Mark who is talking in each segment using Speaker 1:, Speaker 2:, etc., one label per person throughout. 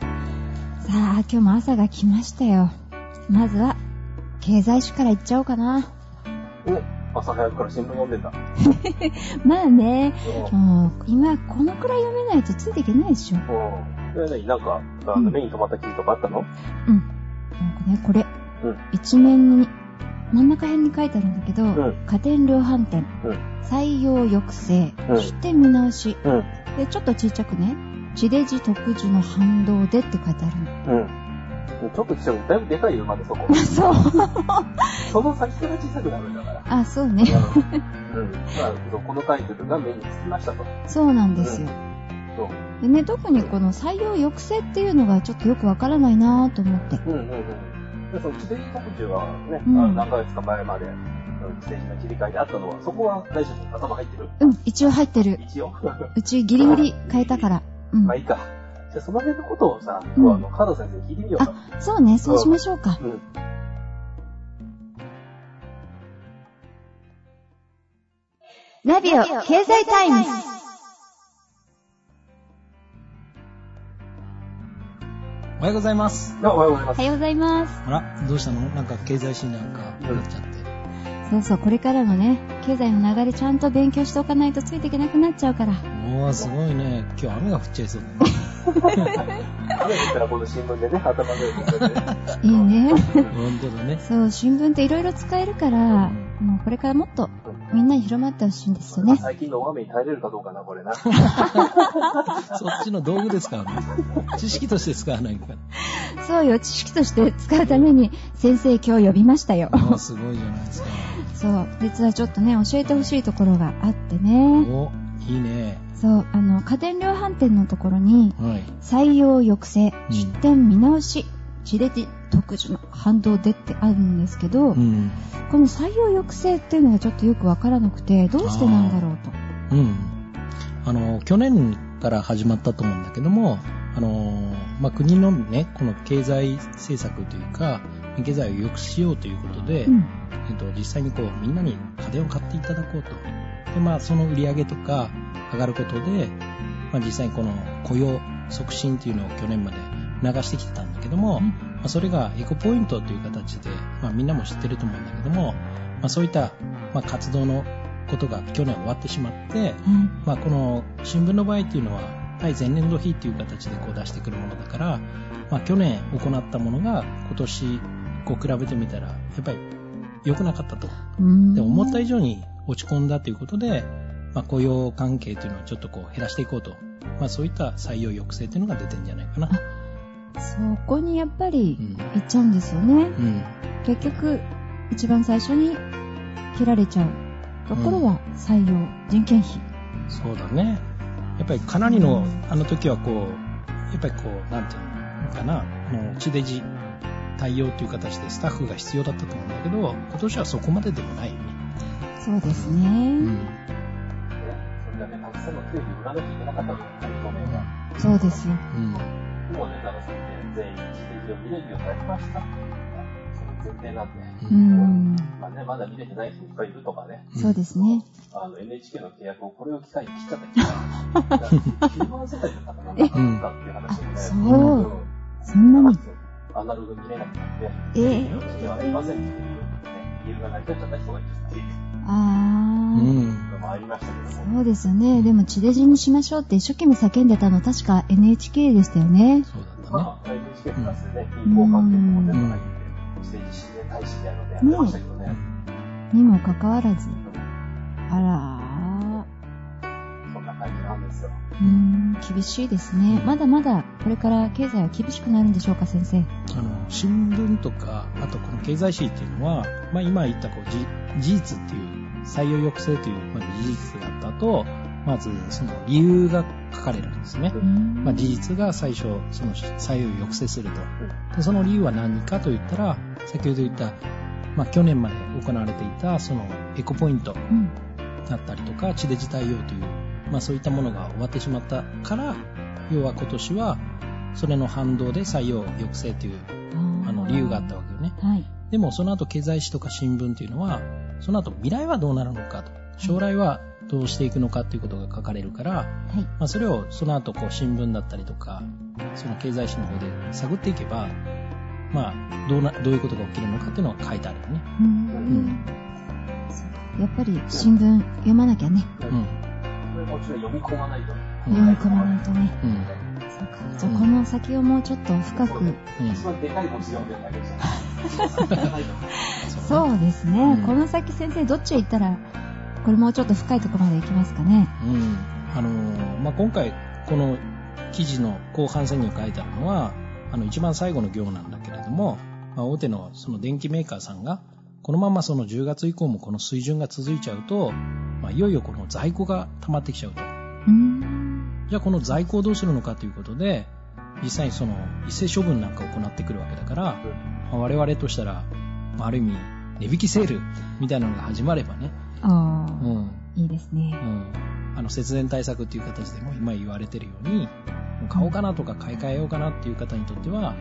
Speaker 1: ああ、今日も朝が来ましたよ。まずは、経済誌から行っちゃおうかな。
Speaker 2: お、朝早くから新聞読んでた。
Speaker 1: まあね、
Speaker 2: う
Speaker 1: もう、今、このくらい読めないとついていけないでしょ。
Speaker 2: ん。うん。で、何なんか、あの、目に留まった記事とかあったの
Speaker 1: うん。なんかね、これ、
Speaker 2: うん
Speaker 1: 一面に、真ん中辺に書いてあるんだけど、
Speaker 2: ん
Speaker 1: 家電量販店、
Speaker 2: うん
Speaker 1: 採用抑制、
Speaker 2: うん
Speaker 1: 出店見直し、
Speaker 2: うん。
Speaker 1: で、ちょっとちっちゃくね、地デジ特需の反動でって書いてあるの。
Speaker 2: うん。ちょっとちっちゃく、だいぶでかいよ、ま だそこ。
Speaker 1: そう。
Speaker 2: その先から小さくなるんだから。
Speaker 1: あ、そうね。
Speaker 2: うん。うん。まあ、そうこのタイトルが目につきましたと。
Speaker 1: そうなんですよ。
Speaker 2: そう。
Speaker 1: でね、特にこの採用抑制っていうのがちょっとよくわからないなぁと思って。
Speaker 2: うんうんうん。で、その地デジ特集はね、
Speaker 1: うん
Speaker 2: あの何ヶ月か前まで、うん地デジの切り替えであったのは、そこは大丈夫頭入ってる
Speaker 1: うん、一応入ってる。
Speaker 2: 一応。
Speaker 1: うちギリギリ変えたから。うん
Speaker 2: まあ。いいか。じゃあその辺のことをさ、
Speaker 1: うん
Speaker 2: 今日あの、カード先生に聞いてみようか。
Speaker 1: そうね、そうしましょうか。
Speaker 2: うん。
Speaker 1: ラビオ経済タイムズ。
Speaker 3: おはようございます。
Speaker 2: あおはようございま
Speaker 1: お
Speaker 2: す。
Speaker 1: はようございます。
Speaker 3: あら、どうしたのなんか経済誌なんかになっちゃって。
Speaker 1: そうそう、これからのね、経済の流れちゃんと勉強しておかないとついていけなくなっちゃうから。
Speaker 3: おー、すごいね。今日雨が降っちゃいそうだね。
Speaker 2: 雨だったらこの新聞でね、頭の上に乗せて。
Speaker 1: いいね。
Speaker 3: ほんとだね。
Speaker 1: そう、新聞っていろいろ使えるから、もうこれからもっとみんなに広まってほしいんですよね。
Speaker 2: 最近の大雨に耐えれるかどうかな、これな。
Speaker 3: そっちの道具ですからね。知識として使わないから。
Speaker 1: そうよ、知識として使うために先生今日呼びましたよ。
Speaker 3: おー、すごいじゃないですか。
Speaker 1: そう、実はちょっとね、教えてほしいところがあってね。
Speaker 3: お、いいね。
Speaker 1: そう、あの、家電量販店のところに、
Speaker 3: はい。
Speaker 1: 採用抑制、
Speaker 3: うん
Speaker 1: 出店見直し、地レジ特需の反動でってあるんですけど、
Speaker 3: うん。
Speaker 1: この採用抑制っていうのがちょっとよくわからなくて、どうしてなんだろうと。
Speaker 3: うん。あの、去年から始まったと思うんだけども、あの、まあ、国のね、この経済政策というか、経済を良くしようということで、
Speaker 1: うん
Speaker 3: えっと、実際にこうみんなに家電を買っていただこうと。で、まあ、その売り上げとか上がることで、まあ、実際にこの雇用促進っていうのを去年まで流してきてたんだけども、
Speaker 1: うん
Speaker 3: まあ、それがエコポイントという形で、まあ、みんなも知ってると思うんだけども、まあ、そういった、まあ、活動のことが去年終わってしまって、
Speaker 1: はい
Speaker 3: まあ、この新聞の場合っていうのは対前年度比っていう形でこう出してくるものだから、まあ、去年行ったものが今年こう比べてみたらやっぱり良くなかったと
Speaker 1: うーん
Speaker 3: で思った以上に落ち込んだということで、まあ、雇用関係というのをちょっとこう減らしていこうと、まあ、そういった採用抑制というのが出てんじゃないかな。
Speaker 1: そこにやっぱり
Speaker 3: うん
Speaker 1: 行っちゃうんですよね。
Speaker 3: うん
Speaker 1: 結局、一番最初に切られちゃうところは採用、人件費。
Speaker 3: そうだね。やっぱりかなりの
Speaker 1: う、
Speaker 3: あの時はこう、やっぱりこう、なんていうのかな、あの、地デジ対応という形でスタッフが必要だったと思うんだけど、今年はそこまででもないよね。
Speaker 1: そうです
Speaker 3: う
Speaker 1: ね。
Speaker 3: ん。
Speaker 2: それだけたくさんの給料売らなきゃいけなかったの去年は。
Speaker 1: そうです よ。
Speaker 3: うん。
Speaker 2: もうね、長崎で全員自転車を見れるようになりました。その前提なんで。
Speaker 1: う
Speaker 3: うん
Speaker 1: ん。
Speaker 2: まあね、まだ見れてない人いっぱいいるとかね、
Speaker 1: そうですね。
Speaker 2: あの NHK の契約をこれを機会に切っちゃった人が、9万世帯の方なんだったのかっていう話もね、
Speaker 1: あそうそんな
Speaker 2: う
Speaker 1: に
Speaker 2: ん。アナログ見れなくなって、
Speaker 1: ええ
Speaker 2: うちはありませんっていう、ね、理由が成り立っちゃった人がいるっていう
Speaker 1: あー。
Speaker 3: うん。
Speaker 2: のもありましたけども、
Speaker 1: そうですよね。でも、地デジにしましょうって一生懸命叫んでたの、確か NHK でしたよね。
Speaker 3: そうだったね。
Speaker 2: まあ、NHK プラスでね、銀行関係も全部入って、自転車で大使みたいなのでやってましたけどね。
Speaker 1: にもかかわらず。
Speaker 2: うん
Speaker 1: あら
Speaker 2: そんな感じなんですよ。
Speaker 1: ー。うーん、厳しいですね。まだまだ、これから経済は厳しくなるんでしょうか、先生。
Speaker 3: あの、新聞とか、あとこの経済誌っていうのは、まあ今言ったこう、じ事実っていう、採用抑制という、まあ、事実があった後、まずその理由が書かれるんですね。
Speaker 1: うーん
Speaker 3: まあ、事実が最初、その左右を抑制すると。でその理由は何かと言ったら、先ほど言った、まあ、去年まで行われていた、そのエコポイント
Speaker 1: うん
Speaker 3: だったりとか、地デジ対応という、まあ、そういったものが終わってしまったから、要は今年は、それの反動で採用抑制という、
Speaker 1: あー
Speaker 3: あの、理由があったわけよね。
Speaker 1: はい。
Speaker 3: でも、その後、経済誌とか新聞というのは、その後、未来はどうなるのかと。将来はどうしていくのかということが書かれるから、
Speaker 1: はい。
Speaker 3: まあ、それをその後こう新聞だったりとかその経済誌の方で探っていけば、まあ、どうな、どういうことが起きるのかっていうのが書いてあるよね。
Speaker 1: う
Speaker 3: うんん。
Speaker 1: やっぱり新聞読まなきゃね。
Speaker 3: う
Speaker 2: うんん。。これもちろん読み込まないと。
Speaker 3: うん
Speaker 1: 読み込まないとね。
Speaker 3: うん。
Speaker 1: そうか。じゃあこの先をもうちょっと深く。
Speaker 3: うん
Speaker 2: 一番でかい文字読んでるだけじゃない。
Speaker 3: う。
Speaker 1: そうです
Speaker 3: う
Speaker 1: ね
Speaker 3: ん。
Speaker 1: この先先生どっちへ行ったら、これもうちょっと深いところまで行きますかね。
Speaker 3: うん。あのーまあ、今回、この記事の後半戦に書いてあるのは、あの、一番最後の行なんだけれども、まあ、大手のその電機メーカーさんが、このままその10月以降もこの水準が続いちゃうと、まあ、いよいよこの在庫が溜まってきちゃうと。
Speaker 1: うん。
Speaker 3: じゃあこの在庫をどうするのかということで、実際にその一斉処分なんかを行ってくるわけだから、まあ我々としたら、まあある意味、値引きセールみたいなのが始まればね、
Speaker 1: あ
Speaker 3: う
Speaker 1: あ、
Speaker 3: ん、
Speaker 1: いいですね
Speaker 3: う。ん、あの節電対策っていう形でも今言われてるように、買おうかなとか買い替えようかなっていう方にとっては、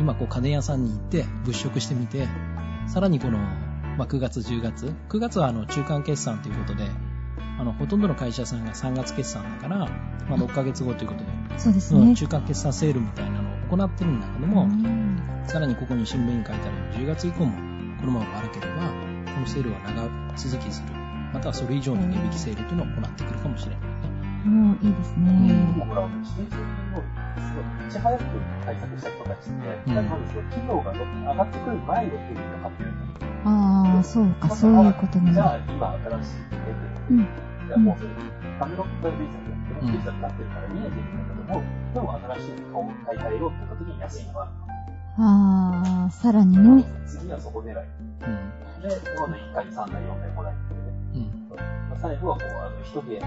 Speaker 3: 今こう家電屋さんに行って物色してみて、さらにこの、まあ、9月10月、9月はあの中間決算ということで、あのほとんどの会社さんが3月決算だから、まあ、6ヶ月後ということで、
Speaker 1: そうです
Speaker 3: うん
Speaker 1: ね。
Speaker 3: 中間決算セールみたいなのを行ってるんだけども、
Speaker 1: うん
Speaker 3: さらにここに新聞に書いてある10月以降もこのまま悪ければこのセールは長続きするまたはそれ以上に値引きセールというのを行ってくるかもしれないね
Speaker 1: もういいですね。
Speaker 2: ほら、うちの人もすごいいち早く対策した人たちって、多分その機能が上がってくる前の風にかかってるんだよね
Speaker 1: ああ、そうか、そういうことに
Speaker 2: じゃ
Speaker 1: な
Speaker 2: あ
Speaker 1: る。
Speaker 2: 今新しい出て
Speaker 1: う
Speaker 2: る
Speaker 1: ん。
Speaker 2: じゃあもうそれ、紙の国際政策、国際政策になってるから見えてるんだけども、でも新しい顔を買い替えようって言った時に安いのは、
Speaker 1: ああ、さらにね。
Speaker 2: 次はそこ狙い。
Speaker 3: うん
Speaker 2: で、今度1回、3台、4台、5台ってね。
Speaker 3: うん
Speaker 2: まあ、最後はこう、あの、一部屋に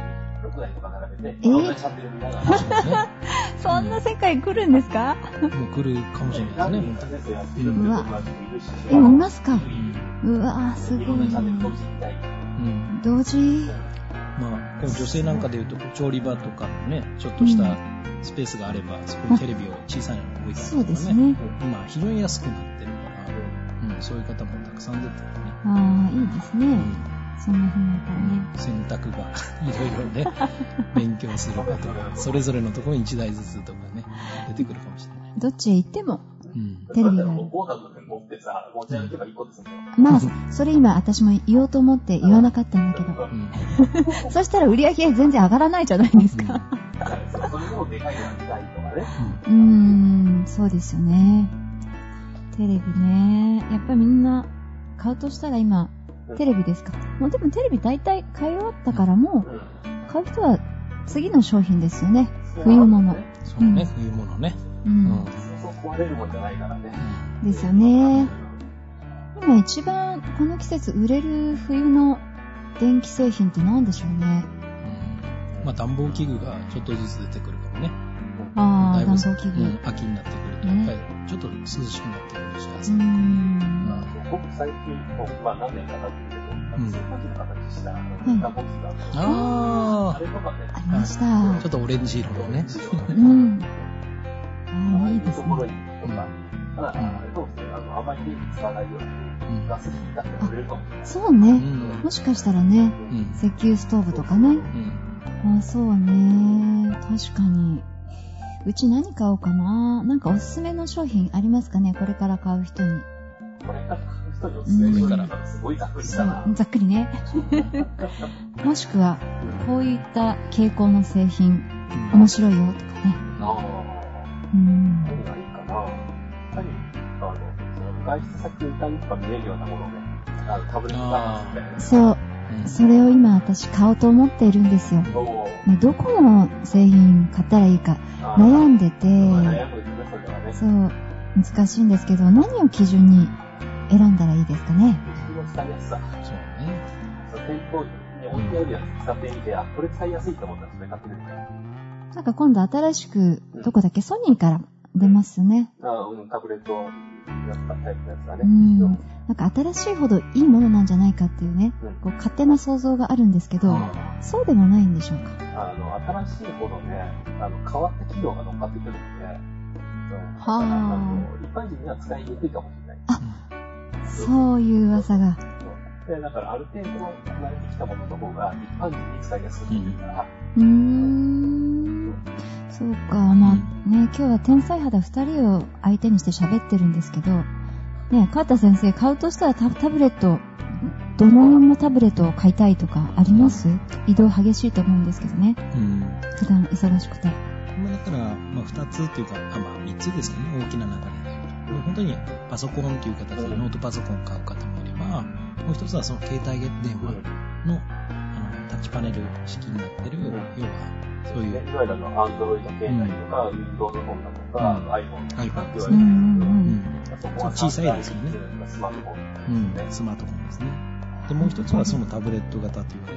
Speaker 2: 6台とか並べて、
Speaker 1: え
Speaker 2: いろんなチャンネル見ながら、
Speaker 1: そんな世界来るんですか
Speaker 3: ねもう来るかもしれないで
Speaker 2: 何
Speaker 3: すね
Speaker 2: 人
Speaker 3: 本当
Speaker 2: か
Speaker 3: に
Speaker 2: 先生やってるって友達もいるし、
Speaker 1: え、いますか
Speaker 3: うん
Speaker 1: うわー、す
Speaker 2: いろ
Speaker 1: ご
Speaker 2: んないチャンネル同時に見たい。
Speaker 3: うん
Speaker 1: 同時
Speaker 3: まあこの女性なんかでいうと調理場とかのねちょっとしたスペースがあればそこにテレビを小さいのを置いてあるとか
Speaker 1: そ
Speaker 3: ね
Speaker 1: うですね。
Speaker 3: 今非常に安くなってるから、うん、そういう方もたくさん出てるね、
Speaker 1: ああ、いいです
Speaker 3: う
Speaker 1: ね。
Speaker 3: ん
Speaker 1: そんなふうになったらね。
Speaker 3: 選択が いろい ろね、勉強するかとか、それぞれのところに1台ずつとかね、出てくるかもしれない。
Speaker 1: どっちへ行っても。
Speaker 3: うん。
Speaker 1: テレビが
Speaker 2: だったらもうコーダの持ってさ、持ち歩けば1個ですんだよ。
Speaker 1: ま あ、それ今私も言おうと思って言わなかったんだけど。
Speaker 3: うん。
Speaker 1: そしたら売り上げ全然上がらないじゃないですか。
Speaker 2: だからそそれでもでかいのが見たいとかね。
Speaker 1: うーん、そうですよね。テレビね。やっぱりみんな買うとしたら今、テレビですか。もうでもテレビ大体買い終わったからも
Speaker 2: うん
Speaker 1: う、買う人は次の商品ですよね。
Speaker 2: そう
Speaker 1: 冬物。
Speaker 3: そうね、冬物ね。
Speaker 1: う
Speaker 3: うんん。。
Speaker 2: そう壊れるもんじゃないからね。
Speaker 1: ですよね。今一番この季節売れる冬の電気製品って何でしょうね。
Speaker 3: まあ、暖房器具がちょっとずつ出てくるかもね。
Speaker 1: あ
Speaker 3: だ
Speaker 1: あ、
Speaker 3: いぶ
Speaker 1: 暖房器具。
Speaker 3: う、
Speaker 1: うん
Speaker 3: 秋になってくると、やっぱりちょっと涼しくなってくるし、
Speaker 1: ー
Speaker 3: 朝。
Speaker 2: まあ
Speaker 1: ん。
Speaker 2: すごく最近、もうまあ何年か経ってるけど、
Speaker 3: ん
Speaker 2: 炊飯器の形した、あの、板ボキがあるのあ
Speaker 3: あ
Speaker 2: れとかね、
Speaker 1: ありました
Speaker 3: あ、。ちょっとオレンジ色のね。
Speaker 1: うん。あ
Speaker 2: あ
Speaker 1: あ、
Speaker 2: あい
Speaker 1: いいうです
Speaker 2: ところ
Speaker 1: ね。
Speaker 2: に、とか、ただ、あれどうですね、あの、あまり電気使わないように、
Speaker 3: うん。
Speaker 2: ガスになってくれるかもしれない。
Speaker 1: そう
Speaker 3: う
Speaker 1: ね。
Speaker 3: ん。
Speaker 1: もしかしたらね、
Speaker 3: うん。
Speaker 1: 石油ストーブとかね。
Speaker 3: うん。
Speaker 1: ああ、そうね。確かに。うち何買おうかな。なんかおすすめの商品ありますかねこれから買う人に。
Speaker 2: これから買う人におすすめしたら、すごいざっくり
Speaker 1: そ
Speaker 2: だな。
Speaker 1: う、ざっくりね。もしくは、こういった傾向の製品、面白いよとかね。
Speaker 2: ああ、
Speaker 1: うん。
Speaker 2: 何がいいかな。やっぱり、あの、その外出先に何か見えるようなものね、あの、タブレット端末みたいな。
Speaker 1: そう、
Speaker 3: うん
Speaker 1: それを今私買おうと思っているんですよ。
Speaker 2: もう、
Speaker 1: ねどこの製品買ったらいいか
Speaker 2: あー
Speaker 1: 悩んでて、
Speaker 2: 悩むよね、それはね。
Speaker 1: そう、難しいんですけど、何を基準に選んだらいいですかね。
Speaker 2: 自分の使いやすさ。
Speaker 3: そうね。
Speaker 2: その店頭に置いてあるやつ使ってみて、あ、これ使いやすいと思ったらそれ買ってくれる。
Speaker 1: なんか今度新しく、どこだっけ、ソニーから出ますね。
Speaker 2: あうん、タブレットを使ったタイプのやつだね。
Speaker 1: うん
Speaker 2: う。
Speaker 1: なんか新しいほどいいものなんじゃないかっていうね、
Speaker 2: うん
Speaker 1: こう勝手な想像があるんですけど、そうでもないんでしょうか。
Speaker 2: あの、新しいほどね、あの、変わった機能が乗っかってくるので、うん
Speaker 1: はあ
Speaker 2: だからあの一般人には使いにくいかもしれない。
Speaker 1: そういう噂が。
Speaker 2: で、だからある程度慣れてきたものの方が、一般人に使いやすいっていうから、
Speaker 1: うーん。そそうか、まあね、今日は天才肌2人を相手にして喋ってるんですけど、ね、川田先生、買うとしたらタタブレット、どの辺のタブレットを買いたいとかあります移動激しいと思うんですけどね、
Speaker 3: うん
Speaker 1: 普段忙しくて。
Speaker 3: まあ、だから、まあ、2つっていうか、あまあ、3つですかね、大きな流れで。本当にパソコンという形でノートパソコンを買う方もいれば、もう一つはその携帯電話のあのタッチパネル式になってる、
Speaker 2: うん
Speaker 3: 要はそうい
Speaker 2: ね
Speaker 3: う、
Speaker 2: いわゆるあの、アンドロイド携帯とか、Windows の本だとか、
Speaker 3: うん
Speaker 2: iPhone とかって言われてるけど、
Speaker 1: うん
Speaker 3: う
Speaker 1: うん
Speaker 3: ん
Speaker 2: そこは
Speaker 3: 小さいですよね。
Speaker 2: スマートフォン。
Speaker 3: うん、スマートフォンですね。で、もう一つはそのタブレット型というか、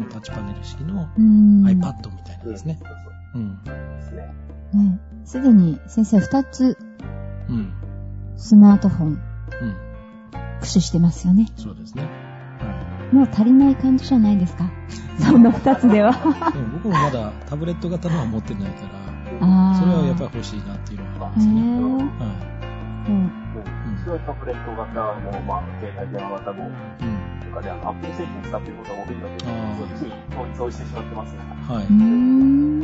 Speaker 3: もうタッチパネル式の
Speaker 1: うん。うん。
Speaker 3: iPad みたいなですね。
Speaker 2: そう
Speaker 3: うん。
Speaker 2: そうですね。
Speaker 1: ね、すでに先生2つ
Speaker 3: うん。うん。
Speaker 1: スマートフォン駆使してますよね。
Speaker 3: そうですね。は
Speaker 1: もう足りない感じじゃないですかその2つでは。
Speaker 3: い。でも僕もまだタブレット型のは持ってないから、
Speaker 1: あー
Speaker 3: それはやっぱり欲しいなっていうのはあります
Speaker 1: へ
Speaker 3: ね。
Speaker 1: ー
Speaker 3: は
Speaker 1: うん
Speaker 2: うんそれはタブレット型も、まあ、携帯電話型も、
Speaker 3: い。うん。
Speaker 2: とかね、アップル製品使ってることが多いので、
Speaker 3: あー
Speaker 2: そっちに統一してしまってますね。
Speaker 3: はいう
Speaker 1: ー。ん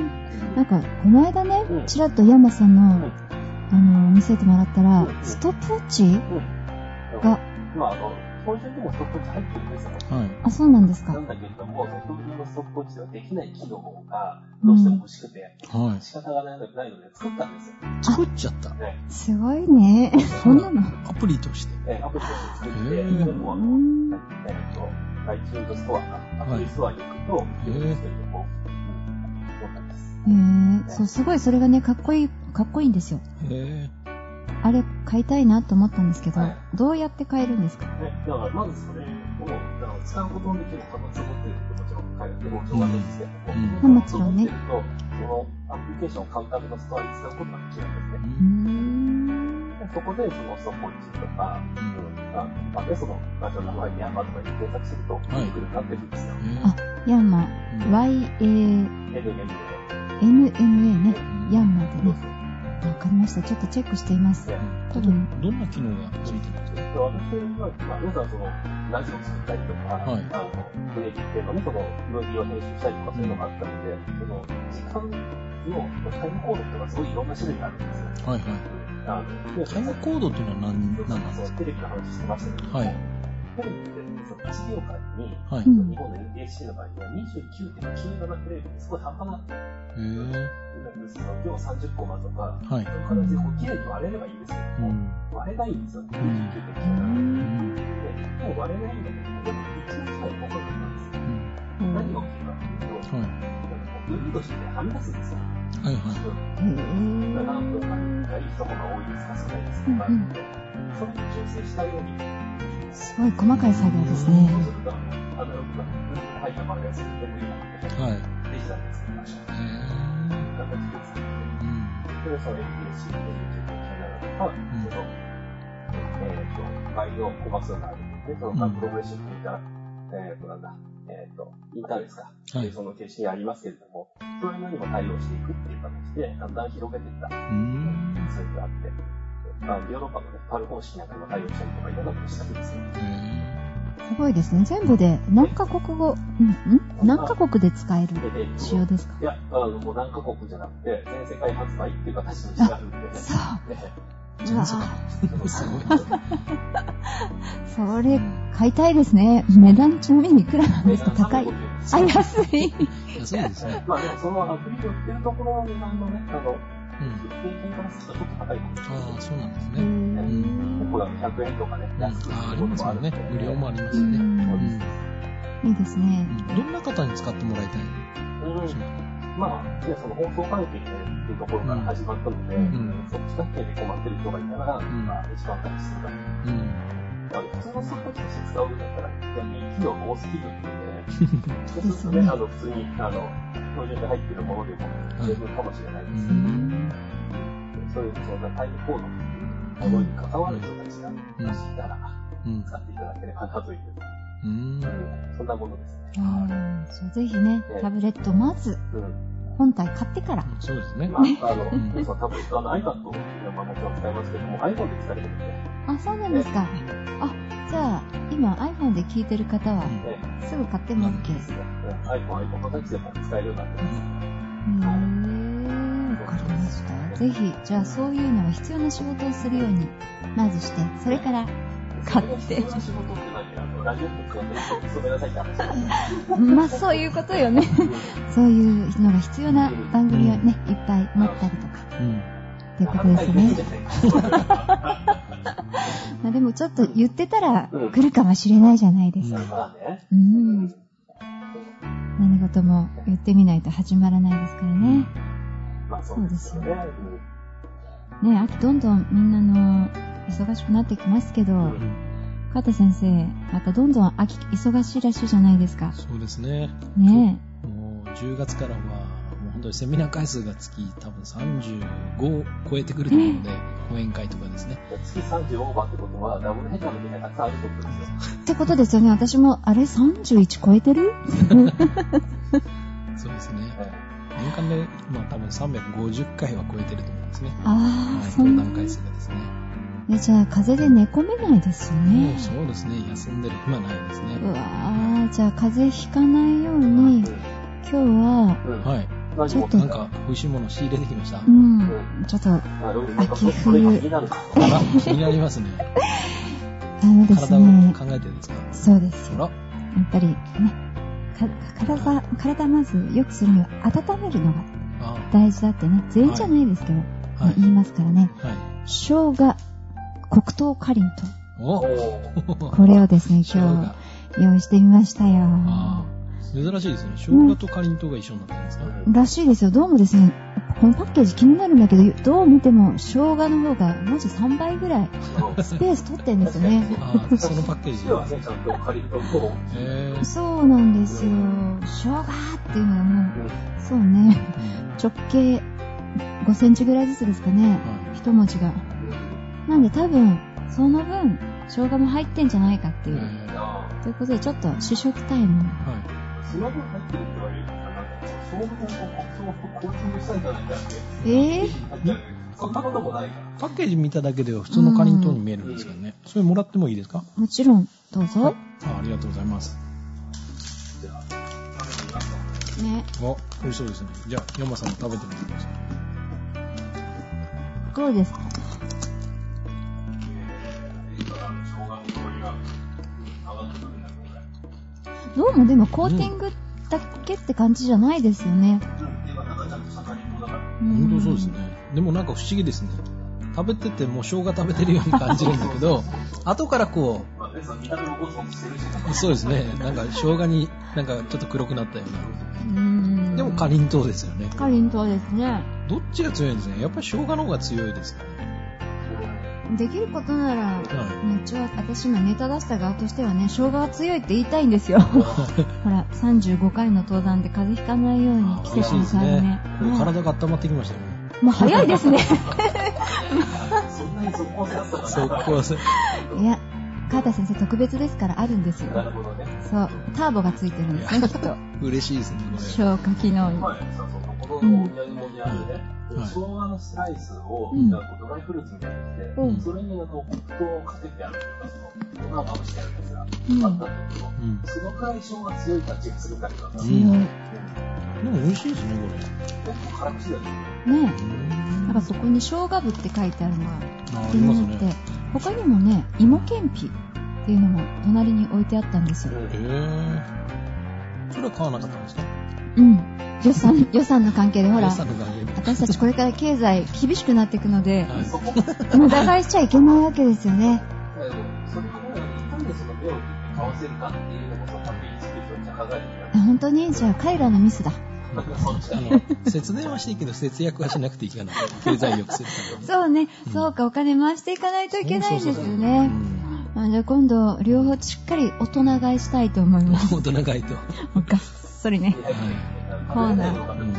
Speaker 1: なんか、この間ね
Speaker 2: う、ん
Speaker 1: ちらっと山さん
Speaker 2: う
Speaker 1: の
Speaker 2: ん、
Speaker 1: あの、見せてもらったら
Speaker 2: う、ん
Speaker 1: ストップウォッチが、
Speaker 2: まあ、あの、標準でもストップウォッチ入ってるんですよ。
Speaker 3: はい。
Speaker 1: あ、そうなんです
Speaker 2: な
Speaker 1: か。
Speaker 2: んだけれども、標準のストップウォッチではできない機能がどうしても欲しくて、
Speaker 3: は
Speaker 2: 仕方がないのでないので作ったんですよ。
Speaker 3: い。作っちゃった。
Speaker 2: ね、
Speaker 1: すごいね。そんなの。
Speaker 3: アプリとして。
Speaker 2: えアプリとして作っ
Speaker 3: へ
Speaker 2: て、
Speaker 3: ー
Speaker 2: でもあ
Speaker 1: う
Speaker 2: の、
Speaker 1: ん
Speaker 2: えっと、iTunes ストアか、ア
Speaker 3: は
Speaker 2: プ
Speaker 3: い
Speaker 2: リストアに行くと、
Speaker 3: へー
Speaker 2: 標準してるとこう、思ったんです。
Speaker 1: へーそう、すごいそれがね、かっこいい、かっこいいんですよ。
Speaker 3: へえ。
Speaker 1: あれ、買いたいなと思ったんですけど
Speaker 2: はい、
Speaker 1: どうやって買えるんですか
Speaker 2: ね、だからまずそれを、だから使うことのできる端末を持っていることもちろん、海外でも上がるんですけど
Speaker 1: う
Speaker 2: も、
Speaker 1: んもちろんね
Speaker 2: 持ってると、そのアプリケーションを買うためのストアに使うことができるんですね
Speaker 1: うー
Speaker 3: う。ん。
Speaker 1: ん。
Speaker 2: でそこで、そのストップウォッチとか、あまあ、ベストの会社の名前にアマとかに検索すると、
Speaker 3: はい
Speaker 2: 出てくるようになってるんですよ。
Speaker 1: あヤンマ、
Speaker 3: えー
Speaker 1: YAMMA
Speaker 2: エルメン
Speaker 1: ね。
Speaker 3: うん
Speaker 1: ヤンマで
Speaker 2: どう
Speaker 1: ね。わかりました。ちょっとチェックしています。。
Speaker 3: 多分どんな機能がついてるんですか
Speaker 2: で私は、まあ、皆さんその、ラジオ作ったりとか、
Speaker 3: はい
Speaker 2: あの、テレビっていうのも、その、ムービーを編集したりとかそういうのがあったので、その、時間のタイムコードとか、すごいいろんな種類があるんですよ。
Speaker 3: はいはい。
Speaker 2: あの、
Speaker 3: タイムコードっていうのは何何なん
Speaker 2: そ
Speaker 3: で
Speaker 2: う
Speaker 3: す
Speaker 2: テレビの話してましたけど、
Speaker 3: かはい。
Speaker 2: テレビって、その1秒間に、
Speaker 3: はいう
Speaker 1: ん
Speaker 2: 日本の NDHC の場合には29.97フレームってすごい半端な
Speaker 3: へえ。
Speaker 2: その量30コマとか、
Speaker 3: はい
Speaker 2: そ。ういう形でこう綺麗に割れればいいんですけ
Speaker 3: う
Speaker 2: ども、
Speaker 3: ん。
Speaker 2: 割れないんですよ、
Speaker 3: う
Speaker 1: う
Speaker 2: 29.97
Speaker 3: ん
Speaker 1: ー
Speaker 2: で、
Speaker 1: ん
Speaker 2: もう割れないんだけど、ここに1日間もかかったんですよ。
Speaker 3: うん
Speaker 2: 何が起きるかっていうと、
Speaker 3: はい。
Speaker 2: なんかこう分としてはみ出すんですよ。
Speaker 3: はいはい。
Speaker 1: へー
Speaker 2: 何分かに一コマ多いですか、少ないですか、
Speaker 1: うんうん
Speaker 2: それに調整したように、
Speaker 1: すごい細かい作業です
Speaker 3: う
Speaker 1: ね
Speaker 2: そう。すると、あの、アナログが、はい、やばいやつ、でもいいなって、
Speaker 3: はい。へ
Speaker 2: デジタルで作りました。
Speaker 3: え。
Speaker 2: なんか作って
Speaker 3: うん。
Speaker 2: で、その NPC っていうとか、その、えっ、と、バイオコマスがあるんで、その、まあプログレッシブっていったら、えっ、と、なんだ、えっ、と、インターですか、
Speaker 3: はい。
Speaker 2: その形式がありますけれども、そういうのにも対応していくっていう形で、だんだん広げていった、
Speaker 3: うん。
Speaker 2: そういうのがあって、あヨーロッパの、ね、パル方式なんかにも対応したりとか、いろんなことしたんですよ。
Speaker 3: へえ。
Speaker 1: すごいですね。全部で何カ国語、うんん何カ国で使える
Speaker 2: で、えっ、
Speaker 1: 仕様
Speaker 2: と、
Speaker 1: ですか
Speaker 2: いや、あの、もう何カ国じゃなくて、全世界発売っていう形にしてあるんで、
Speaker 1: そう。
Speaker 2: ね、
Speaker 1: うわ
Speaker 3: 全世 界。すごい。
Speaker 1: それ、買いたいですね。値段ちなみにいくらなんですか高い。あ、安い。
Speaker 3: 安いですね。
Speaker 2: まあでもそのアプリを売ってるところの値段のね、あの、
Speaker 3: うん。
Speaker 2: 平均からするとちょっと高いかもしれない
Speaker 3: ああ、
Speaker 2: です
Speaker 3: そうなんです
Speaker 1: う
Speaker 3: ね。
Speaker 1: ん
Speaker 2: けど、ここだと100円とかね、
Speaker 3: うんあ
Speaker 2: 安く
Speaker 3: あ、ありますもんね。無料もあります
Speaker 1: う
Speaker 3: しね。
Speaker 1: んいいですね。
Speaker 3: どんな方に使ってもらいたい
Speaker 2: うんまあ、ね、その放送関係っていうところから始まったので、
Speaker 3: ん
Speaker 2: そっち関係で困ってる人がいたら、
Speaker 3: ん
Speaker 2: まあ一番大事ですから、
Speaker 3: うん。
Speaker 2: あの普通のストップウォッチとして使うんだったら、逆に企業が多すぎるんで、そ
Speaker 1: で
Speaker 2: う
Speaker 1: すね
Speaker 2: するとね、あの、普通に、あの、標準で入ってるものでも十分かもしれないですけど、そういう、そんなタイムコードっていうものに関わる人たちが、もしいたら、
Speaker 3: うん。
Speaker 2: 使っていただければなという、
Speaker 3: うん。
Speaker 2: そんなものですね。
Speaker 1: うんそうぜひね、タブレットまず
Speaker 2: うん。
Speaker 1: 本体買ってから。
Speaker 3: そうですね。
Speaker 2: まあ、あの、皆さん多分、あの iPad をまあもちろん使いますけども、iPhone で使えるので、ね、
Speaker 1: あ、そうなんですか。あ、じゃあ、今 iPhone で聞いてる方は、すぐ買っても OK。
Speaker 2: iPhone、iPhone 形でも使えるようになってます。
Speaker 1: へーわかかりました。ぜひ、じゃあそういうのは必要な仕事をするように、まずして、それから、買って。
Speaker 2: その仕事って何あの、ラジオ局の勉強に勤めなさいって話。
Speaker 1: まあそういうことよね。そういうのが必要な番組をね、いっぱい持ったりとか、
Speaker 3: うん。
Speaker 1: ということですね。まあでもちょっと言ってたら
Speaker 2: うん
Speaker 1: 来るかもしれないじゃないですか。
Speaker 2: まあね。
Speaker 1: うん。何事も言ってみないと始まらないですからね。
Speaker 2: まあそうですよね。
Speaker 1: ねあとどんどんみんなの忙しくなってきますけ
Speaker 2: う
Speaker 1: ど、
Speaker 2: ん
Speaker 1: 加藤先生、またどんどん秋忙しいらしいじゃないですか。
Speaker 3: そうですね。
Speaker 1: ね
Speaker 3: もう10月からは、もう本当にセミナー回数が月多分35を超えてくると思うので、講演会とかですね。
Speaker 2: 月30オーバーってことは、ダブルヘッダーの時がたくさんあるってことですよ。
Speaker 1: え。ってことですよね。私も、あれ ?31 超えてる
Speaker 3: そうですね。年間で、まあ多分350回は超えてると思うんですね。
Speaker 1: あ
Speaker 3: は
Speaker 1: あ、
Speaker 3: い、
Speaker 1: そ
Speaker 3: 登
Speaker 1: んな
Speaker 3: 壇。回数がですね。
Speaker 1: えじゃあ、風邪で寝込めないですよ
Speaker 3: も
Speaker 1: ね
Speaker 3: う。そうですね。休んでる暇ないですね
Speaker 1: う。わーじゃあ、風邪ひかないように、今日は、
Speaker 2: うん。い。
Speaker 3: はい。
Speaker 1: ちょっと
Speaker 3: なんか、美味しいもの仕入れてきました。
Speaker 1: う
Speaker 3: あ
Speaker 1: ん、ちょっと、あ
Speaker 2: 秋冬。
Speaker 3: 気になりますね。
Speaker 1: のです
Speaker 3: 体を
Speaker 1: ね、
Speaker 3: 考えてですか
Speaker 1: そうです
Speaker 3: ほ
Speaker 1: よ。
Speaker 3: ら。
Speaker 1: やっぱりね、か体、体まず良くするには温めるのが
Speaker 3: あ
Speaker 1: 大事だってね、全員じゃないですけど、
Speaker 3: はい。
Speaker 1: 言いますからね、
Speaker 3: はい。
Speaker 1: 生姜、黒糖かりんとう、
Speaker 3: お
Speaker 1: こ れをですね、
Speaker 3: 生姜
Speaker 1: 今日用意してみましたよ。
Speaker 3: ああ、珍しいですね。生姜とかりんとうが一緒になってるんですか、
Speaker 1: らしいですよ。どうもですね、このパッケージ気になるんだけど、どう見ても生姜の方が文字3倍ぐらいスペース取ってんですよね。
Speaker 3: あ あ、そのパッケージ。
Speaker 2: ではね、ちゃんと借りると、こ
Speaker 3: えー
Speaker 1: そうなんですよ。生姜っていうのはもう、そうね、
Speaker 3: うん
Speaker 1: 直径5センチぐらいずつですかね、
Speaker 3: は
Speaker 1: 一文字が。なんで多分、その分、生姜も入ってんじゃないかって
Speaker 3: い。え
Speaker 1: いう。
Speaker 2: う、
Speaker 3: ー
Speaker 2: あ
Speaker 1: ということで、ちょっと主食タイム。
Speaker 3: は
Speaker 2: あ、スマホ入ってるって言われるから、なんか、そういうこと、コーチングしたんじゃないかって。
Speaker 1: えぇ、
Speaker 2: そんなこともないから。
Speaker 3: い。パッケージ見ただけでは普通のかりんとうに見えるんですけどね。それもらってもいいですか
Speaker 1: もちろん、どうぞ。
Speaker 3: あありがとうございます。
Speaker 2: じゃあ、
Speaker 1: ね、
Speaker 3: お、美味しそうですね。じゃあ、ヤマさんも食べてみてください。
Speaker 1: どうですかどうもでもコーティングだけって感じじゃないですよね。うん
Speaker 3: 本当そうですね。。でもなんか不思議ですね。食べてても生姜食べてるように感じるんだけ ど、後からこう、そうですね。なんか生姜になんかちょっと黒くなったよう
Speaker 1: うん。
Speaker 3: な。でもかりんとうですよね。
Speaker 1: かりんとうですね。
Speaker 3: どっちが強いんですかねやっぱり生姜の方が強いですかね。
Speaker 1: できることなら、
Speaker 3: は
Speaker 1: ね、ちょ私今ネタ出した側としてはね、生姜が強いって言いたいんですよ。ほら、35回の登壇で風邪ひかないように
Speaker 3: い。
Speaker 1: 季節の変わりね。
Speaker 3: もう
Speaker 1: はい
Speaker 3: 体が温まってきましたよね。
Speaker 1: もう早いですね。
Speaker 2: そんなに速攻性あったか
Speaker 3: そう、こうせ。
Speaker 1: いや、川田先生特別ですからあるんですよ。
Speaker 2: なるほどね。
Speaker 1: そう、ターボがついてるんですね、きっと。
Speaker 3: 嬉しいですね、こ
Speaker 1: 消化機能に。
Speaker 2: はい、そうそう、このお土産にあるね、
Speaker 3: はい
Speaker 2: 生姜のスライスを、
Speaker 1: うん
Speaker 2: なんかドライフルーツみたいにして、
Speaker 1: うん
Speaker 2: それになんか黒糖をかけてあるとか、その粉をまぶしてあるんですが、
Speaker 1: うん
Speaker 2: あったんだけど、
Speaker 3: れ。うん。
Speaker 2: その解消が強い感じがするから、なんか、
Speaker 3: う
Speaker 1: 強
Speaker 3: ん
Speaker 1: い。ね
Speaker 3: でも美味しいですね、こ
Speaker 2: 辛口だよね。
Speaker 1: え。なんかそこに生姜部って書いてあるのが
Speaker 3: れ。あ、あ
Speaker 1: 気
Speaker 3: ります
Speaker 1: になって、
Speaker 3: ね。
Speaker 1: 他にもね、芋けんぴっていうのも隣に置いてあったんですよ。
Speaker 3: えー。 それは買わなかったんですか
Speaker 1: うん。予算、予算の関係でほら
Speaker 3: 安、さの関係で
Speaker 1: 私たちこれから経済厳しくなっていくの で、
Speaker 3: はい
Speaker 2: そこ、だから
Speaker 1: 無駄買いしちゃいけないわけですよね。
Speaker 2: それがね、いかにその目を切って買わせるかっていうのも、そのパッケージ作る人に考えてみ
Speaker 1: あ本当にじゃあ彼らのミスだ。
Speaker 2: たら、そっちだ
Speaker 3: あ
Speaker 2: ね。
Speaker 3: の、節電はしていいけど、節約はしなくていいかな。経済抑制する
Speaker 1: そうね
Speaker 3: う。ん
Speaker 1: そうか、お金回していかないといけないんですよ
Speaker 3: た
Speaker 1: ね。あじゃあ今度、両方しっかり大人買いしたいと思い ます。
Speaker 3: 大人がいと。
Speaker 1: もうがっそりね。
Speaker 2: コーナー。
Speaker 1: うん。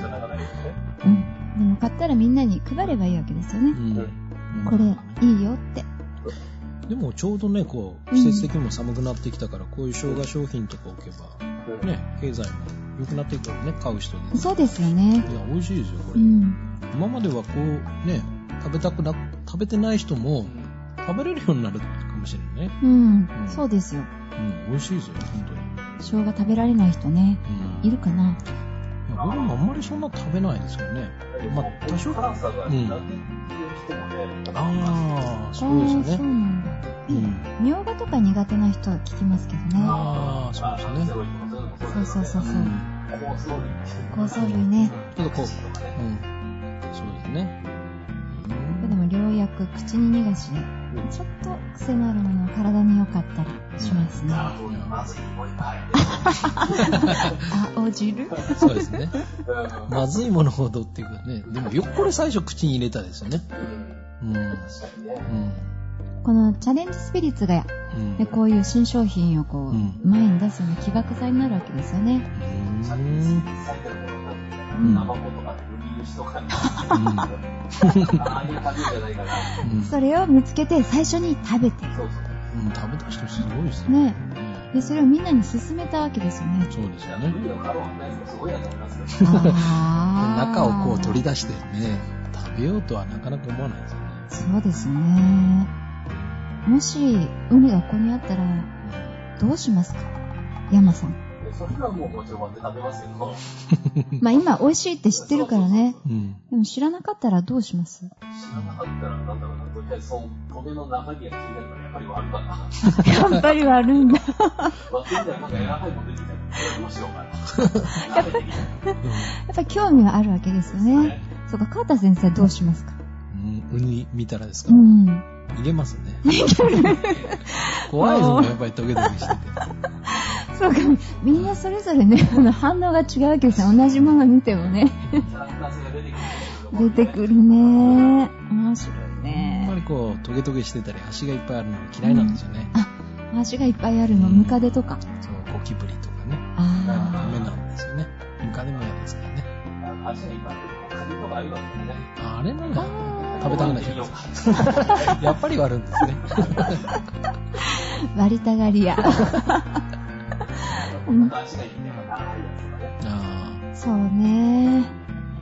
Speaker 1: でも買ったらみんなに配ればいいわけですよ
Speaker 3: う
Speaker 1: ね。
Speaker 3: ん
Speaker 1: これ、いいよって。
Speaker 3: でもちょうどね、こう、季節的にも寒くなってきたから、こういう生姜商品とか置けば、ね、経済も良くなっていくからね、買う人に。
Speaker 1: そうですよね。
Speaker 3: いや、美味しいですよ、こ
Speaker 1: う
Speaker 3: れ。
Speaker 1: ん。
Speaker 3: 今まではこう、ね、食べたくな、食べてない人も、食べれるようになるかもしれないね。
Speaker 1: うん。そうですよ。
Speaker 3: うん、美味しいですよ、本当に。
Speaker 1: 生姜食べられない人ね。
Speaker 3: うん。
Speaker 1: い
Speaker 3: い
Speaker 1: るかな
Speaker 3: や、僕もあんまりそんな食べないですよね。
Speaker 2: うけど、
Speaker 3: まあ多少
Speaker 2: 高さが苦手っ
Speaker 3: う
Speaker 2: てい
Speaker 3: ん
Speaker 2: う人もね、
Speaker 3: ああ、そうですよ
Speaker 1: あーそうな
Speaker 3: ね。
Speaker 1: んだ。
Speaker 3: うん
Speaker 1: みょうがとか苦手な人は聞きますけどね。
Speaker 3: あーそうですね
Speaker 2: そう
Speaker 1: そうそうそうそうう。
Speaker 3: ん
Speaker 2: 構造類ですね
Speaker 1: 構造類ね。
Speaker 3: ちょっとこう、
Speaker 2: 口とかね
Speaker 3: うん。そうですね。
Speaker 1: でも、良薬、口に逃がしね。ちょっと癖のあるものは体に良かったりしますね。
Speaker 2: あ
Speaker 1: あ、
Speaker 2: そういうまずいもいっぱい
Speaker 1: 青汁
Speaker 3: そうですね。
Speaker 2: 入ってる。うん
Speaker 3: まずいものほどっていうかね。でもよくこれ最初口に入れたですよね。
Speaker 2: うん
Speaker 3: うん。うん。
Speaker 2: 確かにね。
Speaker 1: このチャレンジスピリッツが、
Speaker 3: うん。
Speaker 1: ねこういう新商品をこう、
Speaker 3: うん
Speaker 1: 前に出すような起爆剤になるわけですよね。
Speaker 2: シャ
Speaker 3: う
Speaker 2: ン
Speaker 3: ん
Speaker 2: されてるものなんでね
Speaker 1: う、ん
Speaker 2: ナマコとかで売り主とかに、ああいう感じじゃないかな。
Speaker 3: うん
Speaker 1: それを見つけて最初に食べて。
Speaker 2: そうそう。
Speaker 3: うん、食べた人すごいですね。
Speaker 1: ね。で、それをみんなに勧めたわけですよ ね。
Speaker 3: そうですよ
Speaker 2: 無
Speaker 3: ね。
Speaker 2: 理の過労のやつもすごいなと思いますけど。
Speaker 1: あー
Speaker 3: 中をこう取り出してね、食べようとはなかなか思わないですよね。
Speaker 1: そうですね。もし、海がここにあったら、どうしますか山さん。
Speaker 2: それはもうもちろんで食べますけど、
Speaker 1: まあ今、美味しいって知ってるからね。
Speaker 3: うん。
Speaker 1: でも知らなかったらどうします
Speaker 2: 知らなかったらなんだろうな、とりあえずその米の中身が気になるからやっぱり悪かった。
Speaker 1: やっぱり悪いんだ。
Speaker 2: まあ、現在なんか柔らかいもの出てきたらどうしようかな。食べてみたい
Speaker 1: やっぱり興味はあるわけですよね。
Speaker 2: ね。
Speaker 1: そうか、川田先生はどうしますか
Speaker 3: うん。ウニ見たらですか
Speaker 1: うん。
Speaker 3: 入れますね。怖いですね、やっぱりトゲトゲしてて。
Speaker 1: そうか、みんなそれぞれね、あの反応が違うわけですよ。同じもの見てもね。
Speaker 2: キャラクター性が出てく
Speaker 1: 出
Speaker 2: る。
Speaker 1: てくるね。面白い
Speaker 3: あんま
Speaker 1: ね。
Speaker 3: りこう、トゲトゲしてたり、足がいっぱいあるのが嫌いなんですよね。
Speaker 1: 足がいっぱいあるの、ムカデとか。
Speaker 3: そう、ゴキブリとかね。ダ
Speaker 1: あ
Speaker 3: メなんですよね。ムカデも嫌ですからね。
Speaker 2: 足にかって、カニとかありますよね。
Speaker 3: あれなん
Speaker 1: ー
Speaker 3: だよ。
Speaker 1: あ
Speaker 3: 食べたくなっちゃいます。やっぱり割るんですね。
Speaker 1: ー。割りたがりや。
Speaker 2: なんか足がいいみたいな長いやつとかね。
Speaker 3: あ
Speaker 1: そうね。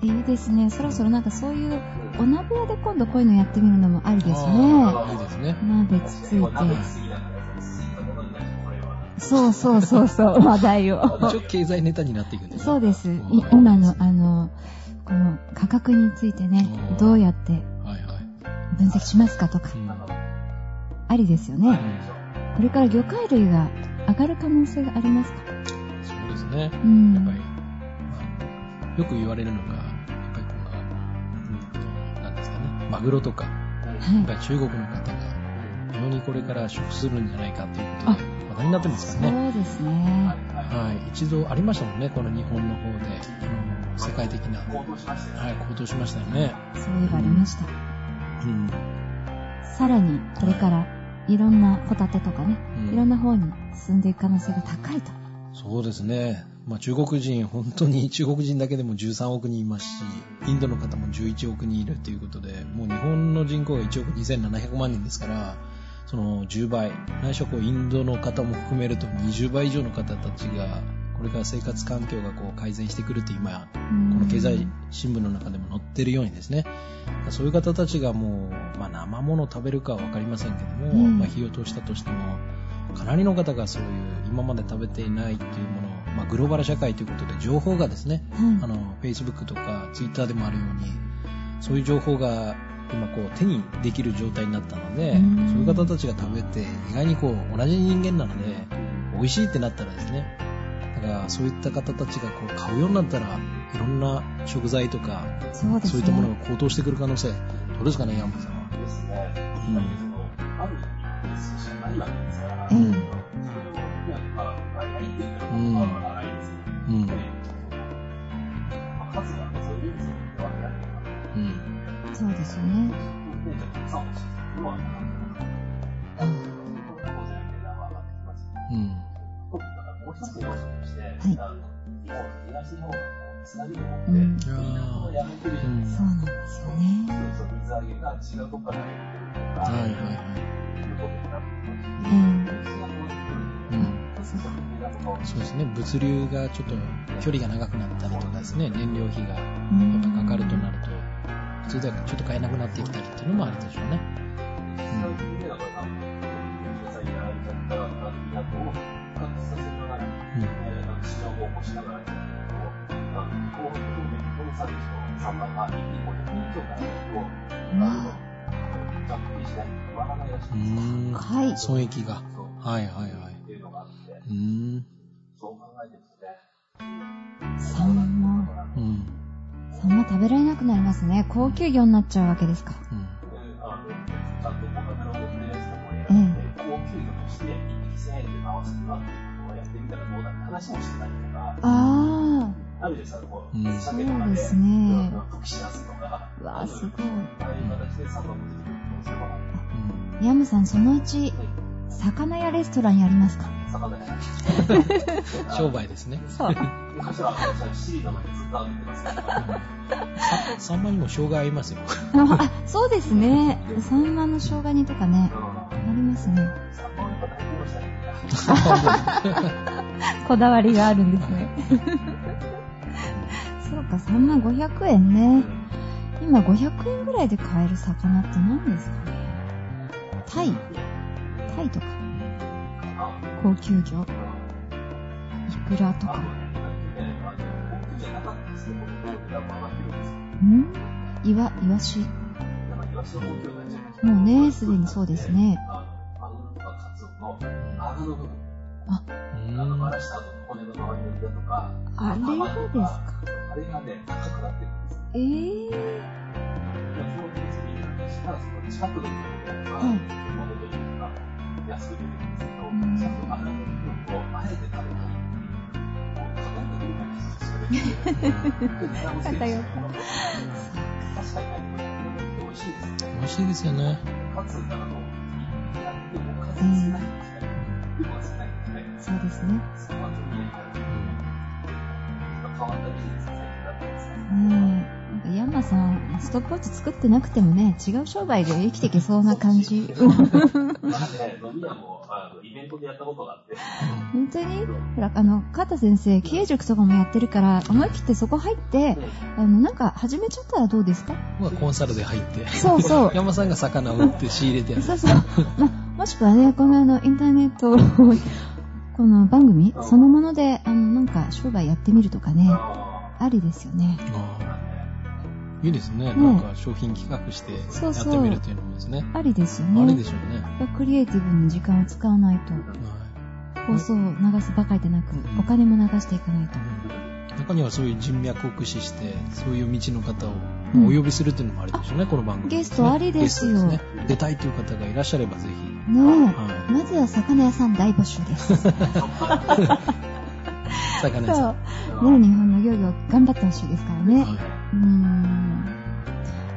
Speaker 1: いいですね。そろそろなんかそういう、お鍋屋で今度こういうのやってみるのもありですね。
Speaker 3: あ、いいですね。
Speaker 1: 鍋つつ
Speaker 2: 確かにこう
Speaker 1: い
Speaker 2: 鍋
Speaker 1: て。
Speaker 2: すぎだから、すぎたものになっちゃう、これは。
Speaker 1: そうそうそうそう、話題を。
Speaker 3: 一応経済ネタになっていくんですね
Speaker 1: そうです。い
Speaker 3: うん
Speaker 1: 今の、あの、この価格についてね
Speaker 3: うん、
Speaker 1: どうやって
Speaker 3: はいはい。
Speaker 1: 分析しますかとか
Speaker 3: う、ん
Speaker 2: あの、
Speaker 1: ありですよね。
Speaker 3: う
Speaker 1: これから魚介類が上がる可能性がありますか
Speaker 3: んそうですね。
Speaker 1: う
Speaker 3: やっぱり、
Speaker 1: ん。
Speaker 3: まあよく言われるのが、やっぱりこの、うんなんですかね、マグロとか、やっぱ
Speaker 1: はい。
Speaker 3: り中国の方が非常にこれから食するんじゃないかということで、話題になってますからね。
Speaker 1: そうですね。
Speaker 3: はい、一度ありましたもんね、この日本の方で、あの世界的な、
Speaker 2: 行動しましたよね。
Speaker 3: はい、高騰しましたよね。
Speaker 1: そういえばありました。
Speaker 3: うん。
Speaker 1: さらに、これから、いろんなホタテとかね、
Speaker 3: うん
Speaker 1: いろんな方に進んでいく可能性が高いと。
Speaker 3: そうですね。まあ、中国人、本当に 中国人だけでも13億人いますし、インドの方も11億人いるということで、もう日本の人口が1億2700万人ですから、その10倍、内しはこうインドの方も含めると20倍以上の方たちが、これから生活環境がこう改善してくると今、
Speaker 1: こ
Speaker 3: この経済新聞の中でも載ってるようにですね、そういう方たちがもう、まあ、生ものを食べるかは分かりませんけども、
Speaker 1: うん
Speaker 3: まあ、火を通したとしても、かなりの方がそういう今まで食べていないというものを、まあ、グローバル社会ということで情報がですね、あ
Speaker 1: は
Speaker 3: の、Facebook とか Twitter でもあるように、そういう情報が今こう手にできる状態になったので、
Speaker 1: うん
Speaker 3: そういう方たちが食べて意外にこう同じ人間なので、美味しいってなったらですね、だからそういった方たちがこう買うようになったら、いろんな食材とか、
Speaker 1: い。そうで
Speaker 3: そう
Speaker 1: す
Speaker 3: いったもの
Speaker 1: ね。
Speaker 3: が高騰してくる可能性、どうですかね、ヤンマさんは。
Speaker 2: ですね。
Speaker 3: うん
Speaker 2: やっぱりそのある意味ですしかないわけですから、
Speaker 1: ええ
Speaker 2: それをまあまあ焼いてるからまあまあないですけど
Speaker 3: うん。う
Speaker 2: やっぱりまあ数はね、そういう人数ってわけないから、
Speaker 3: ん。
Speaker 1: そうですよね。
Speaker 2: でじゃあたくさん欲しいっていうのはなかなか当然値段は上がってきますよね。
Speaker 3: うん。
Speaker 2: 特にだからもう一つ要素として、
Speaker 1: い
Speaker 2: あの日本と東日本の津波にもって、
Speaker 1: う
Speaker 2: み
Speaker 1: ん
Speaker 2: ん。
Speaker 3: いや
Speaker 2: なこのやめてるじゃないです
Speaker 1: そ
Speaker 2: か
Speaker 1: う。なんですよね。
Speaker 2: そうそう水揚げが違うとこから入ってくるとか、
Speaker 3: はいはい
Speaker 2: い
Speaker 3: は
Speaker 2: うことになってま
Speaker 1: え
Speaker 2: すし
Speaker 1: え。
Speaker 3: い。うん。そうですね、物流がちょっと距離が長くなったりとかですね、燃料費がや
Speaker 1: うん
Speaker 3: っぱかかるとなると、普通ではちょっと買えなくなってきたりっていうのもあるでしょうね。
Speaker 2: な
Speaker 3: うん。
Speaker 2: いも
Speaker 1: わ
Speaker 2: のを、ざっくりしないと変わらないらし
Speaker 3: う
Speaker 2: いんですよ。
Speaker 3: ん。
Speaker 1: あはい。
Speaker 3: 損益が。
Speaker 2: そう。
Speaker 3: はいはいはい
Speaker 2: っ。ていうのがあって、
Speaker 3: うーん。
Speaker 2: そう考えてですね、
Speaker 1: サンマ。
Speaker 3: うん。
Speaker 1: サンマ食べられなくなりますね。高級魚になっちゃうわけですか。
Speaker 3: うん。
Speaker 2: であの、ちゃんと価格の持ってるやつとかをやって、高級魚として一匹千円で回すにはっていうことをやってみたらどうだって話もしてたりとか、
Speaker 1: あ
Speaker 2: あるでさ、こう、
Speaker 3: うん
Speaker 1: あ、そ
Speaker 2: 鮭とか
Speaker 1: う
Speaker 2: で、
Speaker 1: です
Speaker 2: う
Speaker 1: ね。
Speaker 2: ん、福祉出すとか、
Speaker 1: うわあ、すごい。
Speaker 2: ああいう形でサンマ持ってくる可能性もある。
Speaker 3: うん。
Speaker 1: ヤムさん、そのうち、魚屋レストランやりますか
Speaker 2: 魚屋
Speaker 3: 商売ですね。
Speaker 1: そう。
Speaker 2: 昔は私はシリの名前ずっと挙げてますけど、
Speaker 3: サンマにも障害ありますよ。
Speaker 1: あ、そうですね。サンマの生姜煮とかね。ありますね。
Speaker 2: サンマをやっぱ大変でしたね。
Speaker 1: こだわりがあるんですね。 そうか、3万500円ね。今500円ぐらいで買える魚って何ですかねタイタイとか
Speaker 2: あ
Speaker 1: 高級魚イ
Speaker 2: うん
Speaker 1: クラと
Speaker 2: あ
Speaker 1: か
Speaker 2: の、ね、あの、高級じゃなかったんですけど、僕が回ってるんですよ。
Speaker 1: んイワイワシ
Speaker 2: だから、東の高級になっちゃいました。
Speaker 1: もうねすでにそうです。ね
Speaker 2: あの、マグロとかカツオの長の部分、
Speaker 3: うん。
Speaker 2: あの、バラした後の骨の周りの身だとか、
Speaker 1: あれがですか
Speaker 2: あれがね、高くなってるんですよ。
Speaker 1: えー、
Speaker 2: でもそういう水になしたら、その近くの部分とか、
Speaker 1: はい
Speaker 2: 物というか、安く出てくるんですけど、
Speaker 1: ん
Speaker 2: ちゃんとあの部分をあえて食べたいっていう、こう、偏った部分が必要ですよね。
Speaker 1: 偏った
Speaker 2: 確かに、美味しいですね。
Speaker 3: 美味しいですよね。
Speaker 2: カツだからもう、でもカツ少ないんですね。量は少ないんですね。
Speaker 1: そうですね
Speaker 2: そこは取り入れた変わったビジネスの先だったんです
Speaker 1: ねえ
Speaker 2: ね。
Speaker 1: なんかヤンマさんストップウォッチ作ってなくてもね違う商売で生きていけそうな感じ
Speaker 2: まあね、飲み屋も、あの、イベントでやったことがあって、
Speaker 1: 本当にほらあの川田先生経営塾とかもやってるから思い切ってそこ入ってあのなんか始めちゃったらどうですか
Speaker 3: まあコンサルで入って。
Speaker 1: そうそう
Speaker 3: 山さんが魚を売って仕入れてやる。
Speaker 1: そうそう。まあ、もしくはね、このあの、インターネット をこの番組
Speaker 2: うん
Speaker 1: そのもので、あの、なんか商売やってみるとかね、
Speaker 2: あ
Speaker 1: ありですよね。
Speaker 3: あ
Speaker 2: あ、ね、
Speaker 3: ーいいですね。
Speaker 1: うん
Speaker 3: なんか商品企画してや
Speaker 1: そうそう
Speaker 3: ってみるというのもですね。
Speaker 1: ありですよ
Speaker 3: あれ
Speaker 1: ね
Speaker 3: で。しょうね。
Speaker 1: やっぱクリエイティブに時間を使わないと、
Speaker 3: は
Speaker 1: 放送を流すばかりでなく、
Speaker 3: うん
Speaker 1: お金も流していかないと。
Speaker 3: い中にはそういう人脈を駆使して、そういう道の方をもうお呼びするっていうのもありでしょうね、この番組、
Speaker 1: ゲストありですよ
Speaker 3: ゲストですね。出たいという方がいらっしゃればぜひ。
Speaker 1: ねえ。
Speaker 3: は
Speaker 1: まずは魚屋さん大募集です。そう。ね
Speaker 3: い。魚
Speaker 1: 日
Speaker 3: 屋さん。は
Speaker 1: 本の漁業頑張ってほしいですからね。
Speaker 3: いう
Speaker 1: ーん。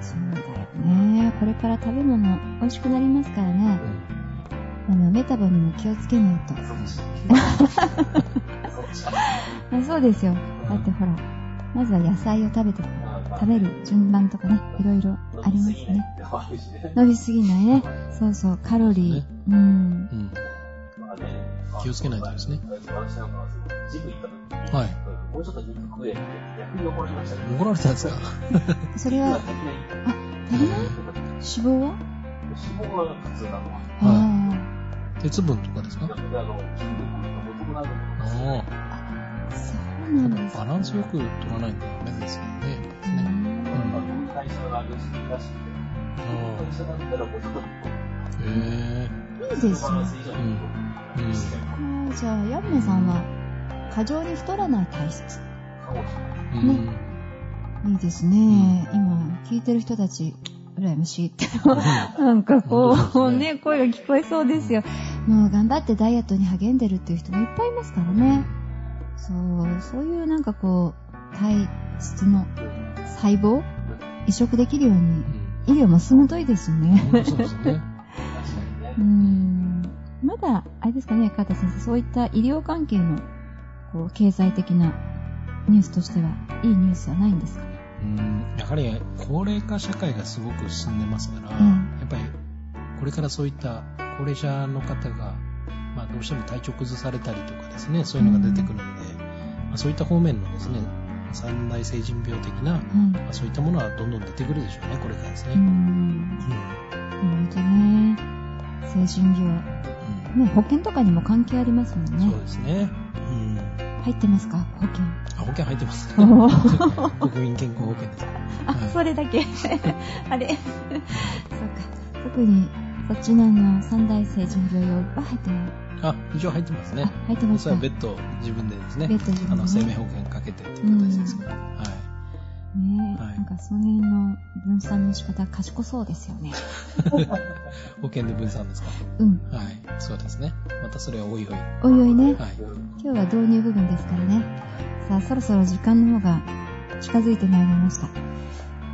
Speaker 1: そうだよね。これから食べ物美味しくなりますからね
Speaker 3: う。ん
Speaker 1: あの、メタボにも気をつけないと。
Speaker 2: そっち。そっち。
Speaker 1: あそうですよ。だってほら、まずは野菜を食べて、食べ る順番とかね、いろいろありますね。。
Speaker 2: あるしね。
Speaker 1: 伸びすぎないね。そうそう、カロリー。うん。
Speaker 3: うん。
Speaker 2: まあね
Speaker 3: 気をつけないとですね。
Speaker 2: 私なんかは、ジム行った時に、
Speaker 3: はい
Speaker 2: もうちょっと肉食えって逆に怒られましたけど、
Speaker 3: 怒られたんですか
Speaker 1: それは
Speaker 2: 肉が足りない
Speaker 1: 足りない脂肪は
Speaker 2: 脂肪は普通なの。
Speaker 1: あ
Speaker 3: 鉄分とかです
Speaker 2: な
Speaker 3: か
Speaker 2: ので、あの、筋肉がもともなるものですね。
Speaker 3: あ
Speaker 1: あ、そうなんで
Speaker 3: あ。
Speaker 1: す
Speaker 3: バランスよく取らないとダメですよね。やっぱりね
Speaker 1: ね。
Speaker 2: まあこういう代謝が良すぎるらしくて、
Speaker 3: あ
Speaker 2: こういう代
Speaker 3: あ
Speaker 2: 謝だったらもうちょっと、こ
Speaker 3: へ
Speaker 1: いいうです
Speaker 2: バラン
Speaker 1: よ
Speaker 2: ス。以上にこう、
Speaker 3: うん
Speaker 2: しっか
Speaker 1: あ
Speaker 2: り
Speaker 1: ーじゃあ、ヤンマさんは、過剰に太らない体質。
Speaker 2: 顔をしない。
Speaker 3: え。うん。
Speaker 1: いいですね。今、聞いてる人たち、羨ましいって。 なんかこう、
Speaker 3: うん
Speaker 1: ね、声が聞こえそうですよ。もう頑張ってダイエットに励んでるっていう人もいっぱいいますからね。そう、そういうなんかこう、体質の細胞、移植できるように、
Speaker 3: うん
Speaker 1: 医療も鋭いですよね。
Speaker 3: 本当そうですね。
Speaker 2: 確かにね
Speaker 1: う。ん。まだ、あれですかね、川田先生、そういった医療関係の、こう、経済的なニュースとしては、いいニュースはないんですかね。
Speaker 3: うんやはり高齢化社会がすごく進んでますから、
Speaker 1: うん
Speaker 3: やっぱりこれからそういった高齢者の方が、まあ、どうしても体調崩されたりとかですねそういうのが出てくるので、まあそういった方面のですね三大成人病的な、
Speaker 1: は
Speaker 3: まあそういったものはどんどん出てくるでしょうねこれからです
Speaker 1: い。
Speaker 3: ね、
Speaker 1: う
Speaker 3: うん
Speaker 1: ん。本当ね。精神病。ね、保険とかにも関係ありますもん
Speaker 3: うん
Speaker 1: ね
Speaker 3: そう。ですね、うん
Speaker 1: は入ってますか保険。
Speaker 3: あ、保険入っ てます。
Speaker 1: お
Speaker 3: 国民健康保険です。
Speaker 1: あ、
Speaker 3: はい
Speaker 1: それだ け。あれ。そうか。特に、そっちのあの、三大成人病用は入ってない。
Speaker 3: あ、一応入ってますね。
Speaker 1: あ、入ってます
Speaker 3: そ
Speaker 1: か。
Speaker 3: れは別途自分でですね
Speaker 1: 別途自、分でね
Speaker 3: あの生命保険かけてっていう形ですから。は
Speaker 1: ねえ、
Speaker 3: はい
Speaker 1: なんかその辺の分散の仕方賢そうですよね。
Speaker 3: い。保険で分散ですか。
Speaker 1: うん。
Speaker 3: はい。そうですね。またそれはおいおい。は
Speaker 1: おいおいね。
Speaker 3: い。
Speaker 1: 今日は導入部分ですからね。さあ、そろそろ時間の方が近づいてまいりました。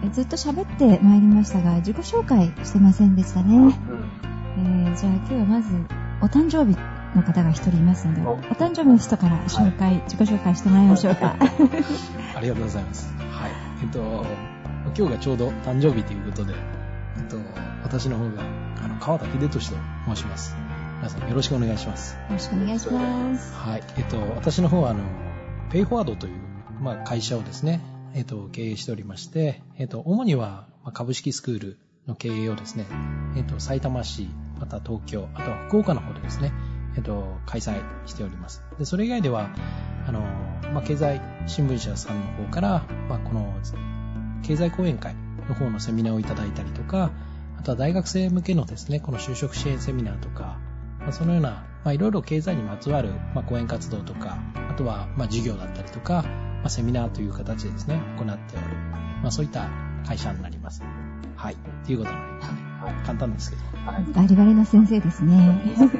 Speaker 1: えずっと喋ってまいりましたが、自己紹介してませんでした ね。
Speaker 2: うん。
Speaker 1: えー、じゃあ今日はまず、お誕生日の方が一人いますんで、
Speaker 2: お
Speaker 1: お誕生日の人から紹介、自己紹介してもらいましょうか。
Speaker 3: ありがとうございます。はい。えっと、今日がちょうど誕生日ということで、えっと、私の方が、あの、川田秀俊と申します。皆さんよろしくお願いします。
Speaker 1: よろしくお願いします。
Speaker 3: はい。えっと、私の方は、あの、ペイフォワードという、まあ、会社をですね、えっと、経営しておりまして、えっと、主には、まあ株式スクールの経営をですね、えっと、埼玉市、また東京、あとは福岡の方でですね、えっと、開催しております。で、それ以外では、あの、まあ、経済新聞社さんの方から、まあ、この、経済講演会の方のセミナーをいただいたりとか、あとは大学生向けのですね、この就職支援セミナーとか、まあそのような、まあ、いろいろ経済にまつわる、まあ、講演活動とか、あとは、まあ、授業だったりとか、まあ、セミナーという形でですね、行っておる、まあ、そういった会社になります。はい。ということになりますね。
Speaker 2: はい。
Speaker 3: 簡単ですけど。
Speaker 2: はい。
Speaker 1: バリバリの先生です
Speaker 2: いい
Speaker 1: ね
Speaker 2: で。すね。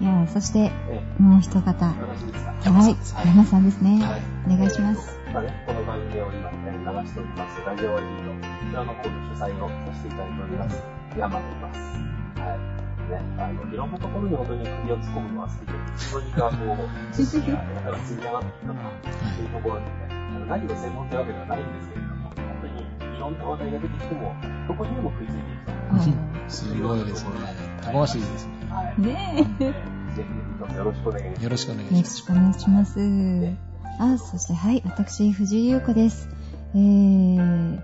Speaker 1: いやあそして、
Speaker 2: え
Speaker 1: もう一方。は
Speaker 2: え、よろしいですか。
Speaker 3: 山さ
Speaker 1: い山さ
Speaker 3: んです。
Speaker 1: んですね。
Speaker 3: はい
Speaker 1: お願いします。
Speaker 2: えー。まあね、この番組を今、えー流しております、ラジオ ID の裏の方の主催をさせていただいております、山と言います。はい。ね、あの、いろんなところに本当に首を突っ込むのは好きで、非常にこう、知識が、ね、なんか積み上がっていくなというところでね、あの何の専門というわけではないんですけれども、本当にいろんな話題が出てきても、どこにでも食いついていくと。
Speaker 1: は
Speaker 3: すごいですね。たくましいですね。
Speaker 2: はい
Speaker 1: い。。ねえ。
Speaker 2: えーぜひ、どうぞよろしくお願いします。
Speaker 3: よろしくお願いし
Speaker 1: よ
Speaker 3: ま
Speaker 1: ろ
Speaker 3: す。
Speaker 1: しくお願いします。あ、そしてはい、私、藤井優子です。えー、本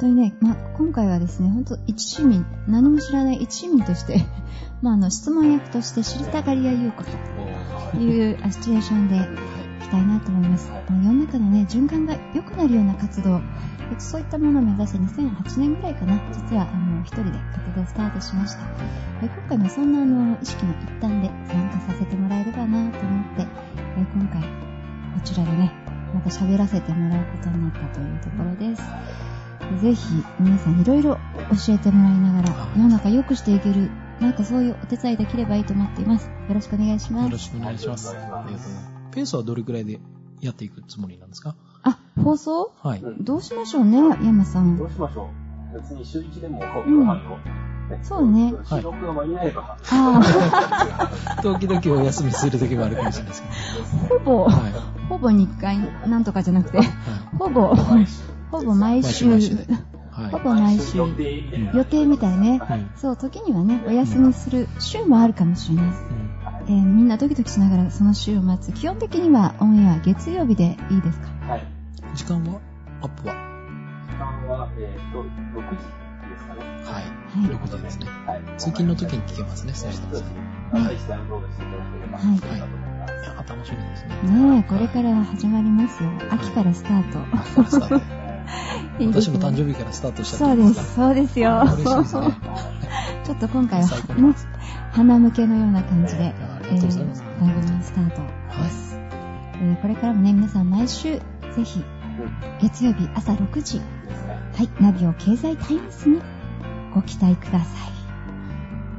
Speaker 1: 当にね、まあ、今回はですね、本当一市民、何も知らない一市民として、 まあ、あの、質問役として知りたがり屋優子と
Speaker 3: おー
Speaker 1: いうあシチュエーションでいきたいなと思います。あの世の中のね、循環が良くなるような活動、えそういったものを目指して2008年ぐらいかな、実は、あの、一人で活動スタートしました。え今回もそんなあの意識の一端で参加させてもらえればなと思って、え今回こちらでね、また喋らせてもらうことになったというところです。ぜひ皆さんいろいろ教えてもらいながら世の中良くしていける、なんかそういうお手伝いできればいいと思っています。よろしくお願いし
Speaker 3: よ
Speaker 1: ま
Speaker 3: ろ
Speaker 1: す。
Speaker 3: しくお願いします。
Speaker 2: は
Speaker 3: あり
Speaker 2: い
Speaker 3: がとうございます。ペースはどれくらいでやっていくつもりなんですか
Speaker 1: あ、放送
Speaker 3: はい。
Speaker 2: うん
Speaker 1: どうしましょうね、山さ。
Speaker 2: どうんしましょう別に週1でも5秒半の、ね
Speaker 1: そうね
Speaker 2: 収録が間に合えば、
Speaker 1: あ
Speaker 3: 時々お休みする時もあるかもしれないですけ
Speaker 1: あ、ほぼ
Speaker 3: ど。、はい。は
Speaker 1: ほぼ日回なんとかじゃなくて、ほぼ、ほぼ毎
Speaker 3: 毎
Speaker 1: 週
Speaker 3: 週、毎週でい。
Speaker 1: ほ
Speaker 3: は
Speaker 1: ぼ毎週
Speaker 2: 予。定みたいな
Speaker 1: 予定みたいね。
Speaker 3: い。うん
Speaker 1: そう、時にはね、お休みする週もあるかもしれない。
Speaker 3: うん
Speaker 1: えーみんなドキドキしながらその週を待つ。基本的にはオンエア月曜日でいいですか
Speaker 2: はい
Speaker 3: 時間はアップは
Speaker 2: 時間は、えっと6時ですかね
Speaker 3: はい。
Speaker 1: はい。
Speaker 3: 6時ですね。
Speaker 2: はい
Speaker 3: 通勤の時に聞けますね、そうしたら。い
Speaker 2: 朝一ダウンロードしていただければ
Speaker 1: はい
Speaker 2: いかと思います、
Speaker 3: や、楽しみですね。
Speaker 1: ねえ、これから始まりますよ。秋からスタート。
Speaker 3: これス タート
Speaker 1: いいで
Speaker 3: 私
Speaker 1: すね
Speaker 3: も誕生日からスタートした
Speaker 1: そ
Speaker 3: と
Speaker 1: う
Speaker 3: ころ
Speaker 1: です、そうですよ。
Speaker 3: 嬉しいですね。
Speaker 1: ちょっと今回は
Speaker 3: 最高、
Speaker 1: ね、花向けのような感じで、
Speaker 3: いやあり
Speaker 1: え
Speaker 3: がとうございます。
Speaker 1: ー番組スタートです、えーこれからもね、皆さん毎週、ぜひ、月曜日朝6時、
Speaker 2: ですね
Speaker 1: はい、ナビを経済タイムスにご期待ください。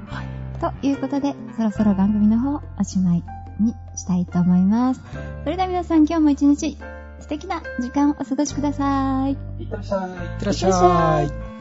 Speaker 3: はい
Speaker 1: ということで、そろそろ番組の方、おしまいにしたいと思います。それでは皆さん、今日も一日、素敵な時間をお過ごしください。
Speaker 2: いってらっしゃい
Speaker 3: いってらっしゃい。